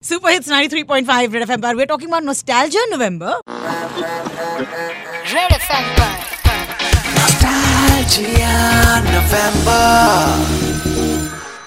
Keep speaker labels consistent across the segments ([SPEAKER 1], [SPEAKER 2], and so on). [SPEAKER 1] Super Hits 93.5 Red FM पर we're talking about nostalgia in November.
[SPEAKER 2] Red FM पर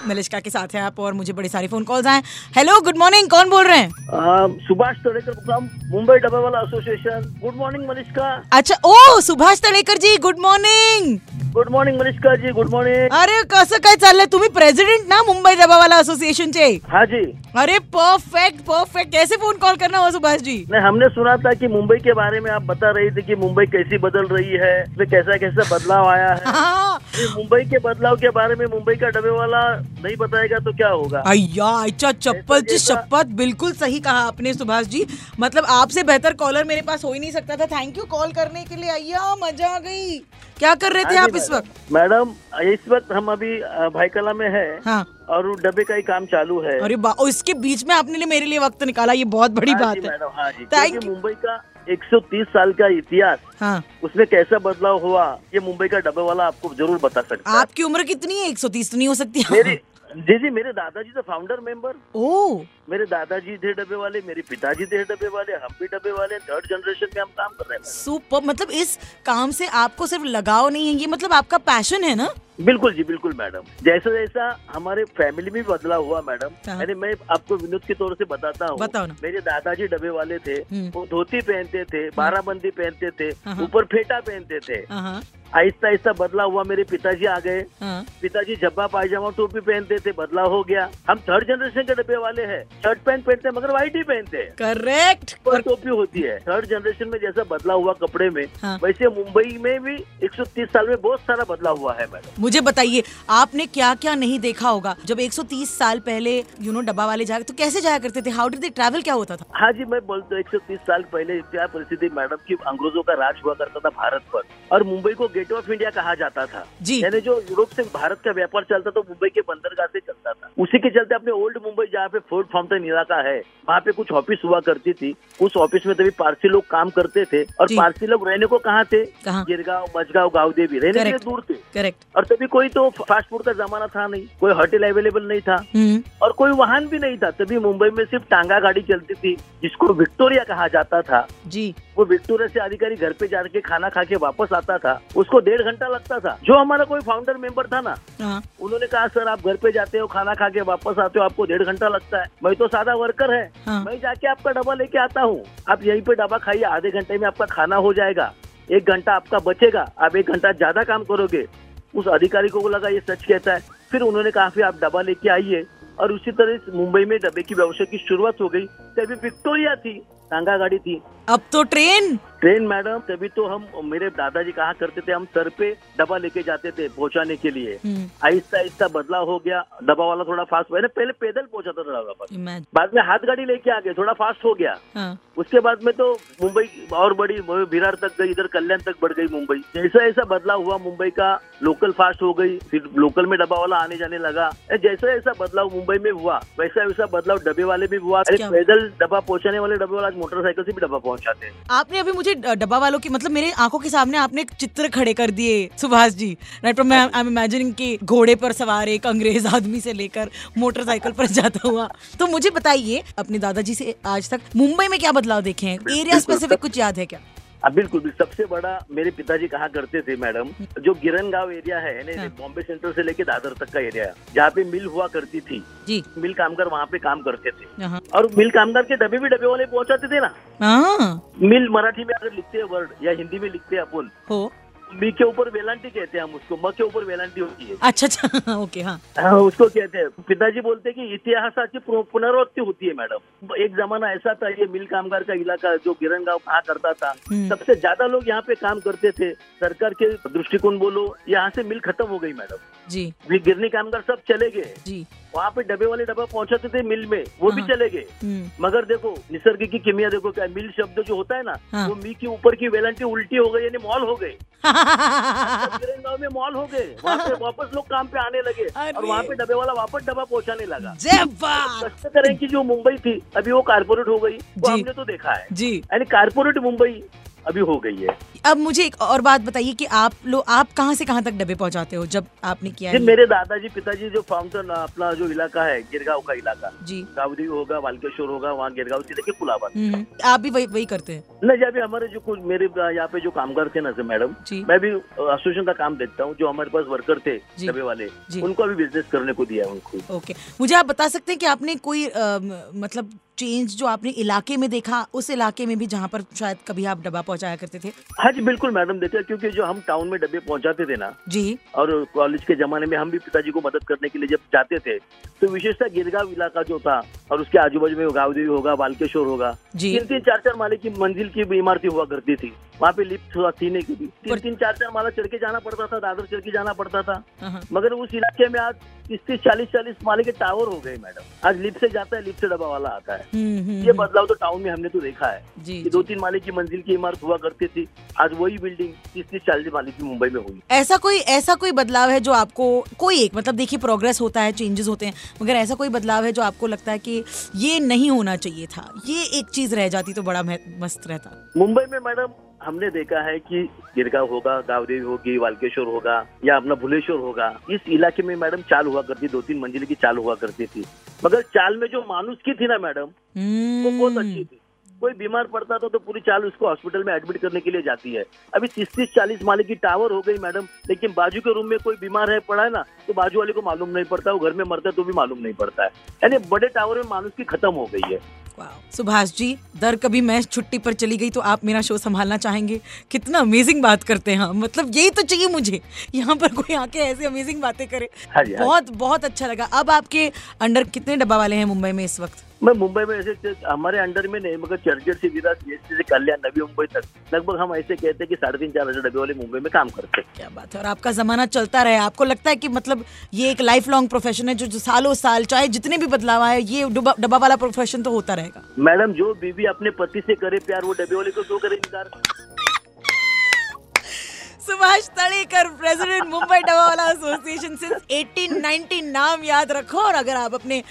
[SPEAKER 1] मलिश्का के साथ हैं आप और मुझे बड़ी सारी फोन कॉल्स आए हेलो गुड मॉर्निंग कौन बोल रहे हैं
[SPEAKER 3] Um, Subhash Todekar from Mumbai dabbawala association good morning Manishka
[SPEAKER 1] अच्छा ओ Subhash Talekar ji good morning
[SPEAKER 3] good morning Manishka ji good morning
[SPEAKER 1] अरे कसं काय चाललंय तुम्ही प्रेसिडेंट ना मुंबई दबावाला असोसिएशनचे
[SPEAKER 3] हाँ जी
[SPEAKER 1] अरे परफेक्ट परफेक्ट कैसे फोन कॉल करना हुआ सुभाष जी
[SPEAKER 3] नहीं हमने सुना था कि मुंबई के बारे में आप बता रही थी कि मुंबई कैसी बदल रही है उसमें कैसा कैसा बदलाव आया है
[SPEAKER 1] हाँ
[SPEAKER 3] ये मुंबई के बदलाव के बारे में मुंबई का डबेवाला नहीं बताएगा तो क्या होगा
[SPEAKER 1] अय्या अच्छा चप्पल जी
[SPEAKER 3] ऐसा-
[SPEAKER 1] शपथ बिल्कुल सही कहा आपने सुभाष जी मतलब आपसे बेहतर कॉलर मेरे पास हो ही नहीं सकता था थैंक यू कॉल करने के लिए अय्या मजा आ गई क्या कर रहे थे
[SPEAKER 3] हाँ
[SPEAKER 1] आप
[SPEAKER 3] जी,
[SPEAKER 1] इस वक्त
[SPEAKER 3] मैडम इस वक्त हम अभी अ, भाईकला में है
[SPEAKER 1] हाँ
[SPEAKER 3] और वो डबे का ही काम चालू है
[SPEAKER 1] अरे बा ओ, इसके बीच में आपने लिए मेरे लिए वक्त निकाला ये बहुत बड़ी
[SPEAKER 3] हाँ जी,
[SPEAKER 1] बात है
[SPEAKER 3] मैडम हाँ जी
[SPEAKER 1] Thank
[SPEAKER 3] क्योंकि
[SPEAKER 1] you.
[SPEAKER 3] मुंबई का 130 साल का इतिहास
[SPEAKER 1] हाँ
[SPEAKER 3] उसमें कैसा बदलाव हुआ ये मुंबई का डब्बे वाला आपको जरूर बता सकता है
[SPEAKER 1] आपकी उम्र कितनी है 130 तो नहीं हो सकती
[SPEAKER 3] मेरे जी जी मेरे दादाजी तो फाउंडर मेंबर
[SPEAKER 1] ओ
[SPEAKER 3] मेरे दादाजी थे डब्बे वाले मेरे पिताजी थे डब्बे वाले हम भी डब्बे वाले थर्ड जनरेशन में हम काम कर रहे हैं
[SPEAKER 1] सुपर मतलब इस काम से आपको सिर्फ लगाव नहीं है ये मतलब आपका पैशन है ना
[SPEAKER 3] बिल्कुल जी बिल्कुल मैडम जैसा जैसा हमारे फैमिली में बदलाव हुआ मैडम
[SPEAKER 1] हाँ।
[SPEAKER 3] यानी मैं आपको विनोद के तौर से बताता हूँ
[SPEAKER 1] बताओ ना।
[SPEAKER 3] मेरे दादाजी डब्बे वाले थे
[SPEAKER 1] हम्म।
[SPEAKER 3] वो धोती पहनते थे बाराबंदी पहनते थे
[SPEAKER 1] हाँ, हाँ।
[SPEAKER 3] ऊपर फेटा पहनते थे
[SPEAKER 1] हाँ
[SPEAKER 3] आहिस्ता आहिस्ता बदलाव हुआ मेरे पिताजी आ गए
[SPEAKER 1] हाँ
[SPEAKER 3] पिताजी जब्बा पायजामा टोपी पहनते थे बदलाव हो गया हम थर्ड जनरेशन के डब्बे वाले हैं शर्ट पैंट पहनते हैं मगर व्हाइट ही पहनते हैं
[SPEAKER 1] करेक्ट
[SPEAKER 3] पर टोपी होती है थर्ड जनरेशन में जैसा बदलाव हुआ कपड़े में
[SPEAKER 1] हाँ।
[SPEAKER 3] वैसे मुंबई में भी 130 साल में बहुत सारा बदलाव हुआ है मैडम
[SPEAKER 1] मुझे बताइए आपने क्या क्या नहीं देखा होगा जब 130 साल पहले यू नो डब्बा वाले जाए तो कैसे जाया करते थे हाउ डिड दे ट्रैवल क्या होता था
[SPEAKER 3] हाँ जी मैं बोलता हूँ 130 साल पहले क्या परिस्थिति मैडम की अंग्रेजों का राज हुआ करता था भारत पर और मुंबई को गेट ऑफ इंडिया कहा जाता था
[SPEAKER 1] जी।
[SPEAKER 3] यानी जो यूरोप से भारत का व्यापार चलता था मुंबई के बंदरगाह से चलता था उसी के चलते अपने ओल्ड मुंबई जहाँ पे फोर्ट फाउंटेन इलाका है वहाँ पे कुछ ऑफिस हुआ करती थी उस ऑफिस में तभी पारसी लोग काम करते थे और
[SPEAKER 1] जी।
[SPEAKER 3] पारसी लोग रहने को कहाँ थे
[SPEAKER 1] कहाँ?
[SPEAKER 3] गिरगांव मजगांव गांवदेवी रहने के लिए
[SPEAKER 1] Correct.
[SPEAKER 3] दूर थे
[SPEAKER 1] करेक्ट
[SPEAKER 3] और तभी कोई तो फास्ट फूड का जमाना था नहीं कोई होटल अवेलेबल नहीं था
[SPEAKER 1] हम्म।
[SPEAKER 3] और कोई वाहन भी नहीं था तभी मुंबई में सिर्फ टांगा गाड़ी चलती थी जिसको विक्टोरिया कहा जाता था
[SPEAKER 1] जी
[SPEAKER 3] वो विक्टोरिया से अधिकारी घर पे जाके खाना खा के वापस आता था उसको डेढ़ घंटा लगता था जो हमारा कोई फाउंडर मेंबर था ना
[SPEAKER 1] हाँ
[SPEAKER 3] उन्होंने कहा सर आप घर पे जाते हो खाना खा के वापस आते हो आपको डेढ़ घंटा लगता है मैं तो सादा वर्कर है
[SPEAKER 1] हाँ
[SPEAKER 3] मैं जाके आपका डब्बा लेके आता हूँ आप यहीं पे डब्बा खाइए आधे घंटे में आपका खाना हो जाएगा एक घंटा आपका बचेगा आप एक घंटा ज्यादा काम करोगे उस अधिकारी को लगा ये सच कहता है फिर उन्होंने कहा फिर आप डब्बा लेके आइए और उसी तरह इस मुंबई में डब्बे की व्यवसाय की शुरुआत हो गई तभी विक्टोरिया थी टांगा गाड़ी थी
[SPEAKER 1] अब तो ट्रेन
[SPEAKER 3] ट्रेन मैडम तभी तो हम मेरे दादाजी कहा करते थे हम सर पे डब्बा लेके जाते थे पहुंचाने के लिए
[SPEAKER 1] हम्म।
[SPEAKER 3] आहिस्ता आहिस्ता बदलाव हो गया डब्बा वाला थोड़ा फास्ट हुआ पहले पैदल पहुंचाता था डब्बा पर
[SPEAKER 1] इमेजिन
[SPEAKER 3] बाद में हाथ गाड़ी लेके आ गए थोड़ा फास्ट हो गया
[SPEAKER 1] हाँ
[SPEAKER 3] उसके बाद में तो मुंबई और बड़ी विरार तक गई इधर कल्याण तक बढ़ गई मुंबई जैसा ऐसा बदलाव हुआ मुंबई का लोकल फास्ट हो गई फिर लोकल में डब्बा वाला आने जाने लगा ए, जैसा ऐसा बदलाव मुंबई में हुआ वैसा वैसा बदलाव डब्बे वाले में भी हुआ अरे
[SPEAKER 1] क्या?
[SPEAKER 3] पैदल डब्बा पहुंचाने वाले डब्बे वाला आज मोटरसाइकिल से भी डब्बा पहुंचाते हैं
[SPEAKER 1] आपने अभी मुझे ड- डब्बा वालों की मतलब मेरे आंखों के सामने आपने एक चित्र खड़े कर दिए Subhash ji right from I am imagining कि घोड़े पर सवार एक अंग्रेज आदमी से लेकर मोटरसाइकिल पर जाता हुआ तो मुझे बताइए अपने दादाजी से आज तक मुंबई में क्या बदलाव देखे हैं एरिया
[SPEAKER 3] बिल्कुल,
[SPEAKER 1] स्पेसिफिक कुछ याद है क्या
[SPEAKER 3] अब हाँ, बिल्कुल भी सबसे बड़ा मेरे पिताजी कहा करते थे मैडम जो गिरन गांव एरिया है यानी
[SPEAKER 1] हाँ।
[SPEAKER 3] बॉम्बे सेंटर से लेके दादर तक का एरिया है जहाँ पे मिल हुआ करती थी
[SPEAKER 1] जी
[SPEAKER 3] मिल कामगार वहाँ पे काम करते थे
[SPEAKER 1] हाँ
[SPEAKER 3] और मिल कामगार के डब्बे भी डब्बे वाले पहुंचाते थे ना
[SPEAKER 1] हाँ
[SPEAKER 3] मिल मराठी में अगर लिखते हैं वर्ड या हिंदी में लिखते हैं अपन
[SPEAKER 1] हो
[SPEAKER 3] मी के ऊपर वेलांटी कहते हैं हम उसको म के ऊपर वेलांटी होती है
[SPEAKER 1] अच्छा अच्छा ओके हाँ
[SPEAKER 3] हाँ, उसको कहते हैं पिताजी बोलते हैं कि इतिहासाची पुन- पुनरावृत्ति होती है मैडम एक जमाना ऐसा था ये मिल कामगार का इलाका जो किरण गांव कहा करता था
[SPEAKER 1] हम्म।
[SPEAKER 3] सबसे ज्यादा लोग यहाँ पे काम करते थे सरकार के दृष्टिकोण बोलो यहाँ से मिल खत्म हो गई मैडम
[SPEAKER 1] जी
[SPEAKER 3] ये गिरनी कामगार सब चले गए
[SPEAKER 1] जी
[SPEAKER 3] वहाँ पे डब्बे वाले डब्बा पहुंचाते थे मिल में वो भी
[SPEAKER 1] हाँ।
[SPEAKER 3] चले गए
[SPEAKER 1] हम्म,
[SPEAKER 3] मगर देखो निसर्ग की किमिया देखो क्या मिल शब्द जो होता है ना
[SPEAKER 1] हाँ।
[SPEAKER 3] वो मी के ऊपर की वेलांटी उल्टी हो गई यानी मॉल हो गए किरण गांव में मॉल हो गए वहाँ पे वापस लोग काम पे आने लगे और
[SPEAKER 1] हाँ। अरे।
[SPEAKER 3] वहाँ पे डब्बे वाला वापस डब्बा पहुँचाने लगा
[SPEAKER 1] जय बात
[SPEAKER 3] कष्ट करें कि जो मुंबई थी अभी वो कारपोरेट हो गई वो
[SPEAKER 1] जी।
[SPEAKER 3] हमने तो देखा है
[SPEAKER 1] जी
[SPEAKER 3] यानी कारपोरेट मुंबई अभी हो गई है
[SPEAKER 1] अब मुझे एक और बात बताइए कि आप लोग आप कहाँ से कहाँ तक डब्बे पहुँचाते हो जब आपने किया
[SPEAKER 3] जी
[SPEAKER 1] ये?
[SPEAKER 3] मेरे दादाजी पिताजी जो फाउंटेन अपना जो इलाका है गिरगांव का इलाका
[SPEAKER 1] जी
[SPEAKER 3] गावरी होगा वालकेश्वर होगा वहाँ गिरगांव से लेके पुलावन
[SPEAKER 1] हम्म, आप भी वही वही करते हैं
[SPEAKER 3] नहीं जी अभी हमारे जो कुछ मेरे यहाँ पे जो कामगार थे ना सर मैडम
[SPEAKER 1] जी
[SPEAKER 3] मैं भी एसोसिएशन का काम देखता हूँ जो हमारे पास वर्कर थे
[SPEAKER 1] जी।
[SPEAKER 3] डबे वाले
[SPEAKER 1] जी।
[SPEAKER 3] उनको अभी बिजनेस करने को दिया है उनको
[SPEAKER 1] ओके मुझे आप बता सकते हैं कि आपने कोई अम, मतलब चेंज जो आपने इलाके में देखा उस इलाके में भी जहाँ पर शायद कभी आप डब्बा पहुँचाया करते थे
[SPEAKER 3] हाँ जी बिल्कुल मैडम देखते हैं, क्योंकि जो हम टाउन में डब्बे पहुंचाते थे ना
[SPEAKER 1] जी
[SPEAKER 3] और कॉलेज के जमाने में हम भी पिताजी को मदद करने के लिए जब जाते थे तो विशेषतः गिरगांव इलाका जो था और उसके आजू बाजू में गावदेवी होगा बालकेश्वर होगा
[SPEAKER 1] जी
[SPEAKER 3] तीन तीन चार चार माले की मंजिल की भी इमारतें हुआ करती थी वहाँ पे लिफ्ट हुआ थी नहीं की तीन
[SPEAKER 1] पर-
[SPEAKER 3] तीन चार चार माला चढ़ के जाना पड़ता था दादर चढ़ के जाना पड़ता था
[SPEAKER 1] हाँ, हाँ।
[SPEAKER 3] मगर उस इलाके में आज तीस तीस चालीस चालीस माले के टावर हो गए मैडम आज लिफ्ट से जाता है लिफ्ट से डब्बा वाला आता है
[SPEAKER 1] हम्म, हम्म,
[SPEAKER 3] ये
[SPEAKER 1] हम्म,
[SPEAKER 3] बदलाव तो टाउन में हमने तो देखा है
[SPEAKER 1] जी
[SPEAKER 3] कि दो
[SPEAKER 1] जी।
[SPEAKER 3] तीन माले की मंजिल की इमारत हुआ करती थी आज वही बिल्डिंग तीस तीस चालीस माले की मुंबई में हुई
[SPEAKER 1] ऐसा कोई ऐसा कोई बदलाव है जो आपको कोई एक मतलब देखिए प्रोग्रेस होता है चेंजेस होते हैं मगर ऐसा कोई बदलाव है जो आपको लगता है कि ये नहीं होना चाहिए था ये एक चीज रह जाती तो बड़ा मह- मस्त रहता
[SPEAKER 3] मुंबई में मैडम हमने देखा है कि गिरगांव होगा गावदेवी होगी वालकेश्वर होगा या अपना भुलेश्वर होगा इस इलाके में मैडम चाल हुआ करती दो तीन मंजिल की चाल हुआ करती थी मगर चाल में जो मानुस की थी ना मैडम वो तो बहुत अच्छी
[SPEAKER 1] हम्म,
[SPEAKER 3] थी कोई बीमार पड़ता था तो पूरी चाल उसको हॉस्पिटल में एडमिट करने के लिए जाती है अभी तीस तीस चालीस माले की टावर हो गई मैडम लेकिन बाजू के रूम में कोई बीमार है पड़ा है ना तो बाजू वाले को मालूम नहीं पड़ता वो घर में मरता है तो भी मालूम नहीं पड़ता है यानी बड़े टावर में मानुस की खत्म हो गई है
[SPEAKER 1] वाह। हम्म, सुभाष जी दर कभी मैं छुट्टी पर चली गई तो आप मेरा शो संभालना चाहेंगे कितना अमेजिंग बात करते हैं हम मतलब यही तो चाहिए मुझे यहाँ पर कोई आके ऐसी अमेजिंग बातें करे
[SPEAKER 3] हाँ जी हाँ जी।
[SPEAKER 1] बहुत बहुत अच्छा लगा अब आपके अंडर कितने डब्बा वाले हैं मुंबई में इस वक्त
[SPEAKER 3] मैं मुंबई में ऐसे ऐसे- हमारे अंडर में नहीं मगर चर्चगेट से विरार सीएसटी से कल्याण नवी मुंबई तक लगभग हम ऐसे कहते हैं कि साढ़े तीन चार हजार डब्बे वाले मुंबई में काम करते हैं
[SPEAKER 1] क्या बात है और आपका जमाना चलता रहे आपको लगता है कि मतलब ये एक लाइफ लॉन्ग प्रोफेशन है जो, जो सालों साल चाहे जितने भी बदलाव आए ये डब्बा डब्बा वाला प्रोफेशन तो होता रहेगा
[SPEAKER 3] मैडम जो बीवी अपने पति से करे प्यार वो डब्बे वाले को क्यों करे इनकार
[SPEAKER 1] सुभाष तड़ेकर प्रेसिडेंट मुंबई डब्बा वाला एसोसिएशन सिंस 1890 नाम याद रखो और अगर आप अपने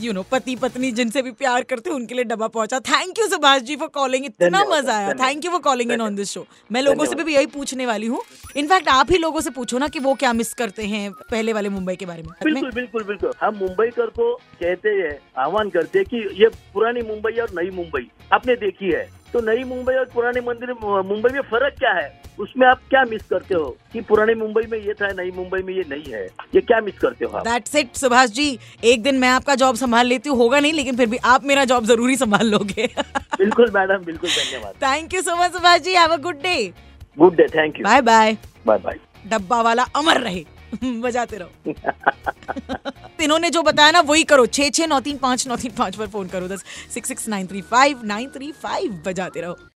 [SPEAKER 1] यू नो पति पत्नी जिनसे भी प्यार करते हो उनके लिए डब्बा पहुंचा thank you Subhash ji for calling इतना
[SPEAKER 3] धन्यवाद,
[SPEAKER 1] मजा आया
[SPEAKER 3] धन्यवाद,
[SPEAKER 1] thank you for calling in on this show मैं लोगों से
[SPEAKER 3] धन्यवाद।
[SPEAKER 1] भी यही पूछने वाली हूँ इनफैक्ट आप ही लोगों से पूछो ना कि वो क्या मिस करते हैं पहले वाले मुंबई के बारे में
[SPEAKER 3] बिल्कुल बिल्कुल बिल्कुल हम मुंबई कर को कहते हैं आह्वान करते हैं कि ये पुरानी मुंबई और नई मुंबई आपने देखी है तो नई मुंबई और पुरानी मंदिर मुंबई में फर्क क्या है उसमें आप क्या मिस करते हो कि पुरानी मुंबई में ये था नई मुंबई में ये नहीं है ये क्या मिस करते हो आप
[SPEAKER 1] दैट्स इट सुभाष जी एक दिन मैं आपका जॉब संभाल लेती हूँ होगा नहीं लेकिन फिर भी आप मेरा जॉब जरूरी संभाल लोगे
[SPEAKER 3] बिल्कुल मैडम बिल्कुल धन्यवाद
[SPEAKER 1] thank you so much Subhash ji have a good day
[SPEAKER 3] good day thank you
[SPEAKER 1] bye bye
[SPEAKER 3] bye bye
[SPEAKER 1] dabbawala अमर रहे बजाते रहो इन्होंने जो बताया ना वही करो छः छः नौ तीन पाँच नौ तीन पाँच पर फोन करो दस six six nine three five nine three five बजाते रहो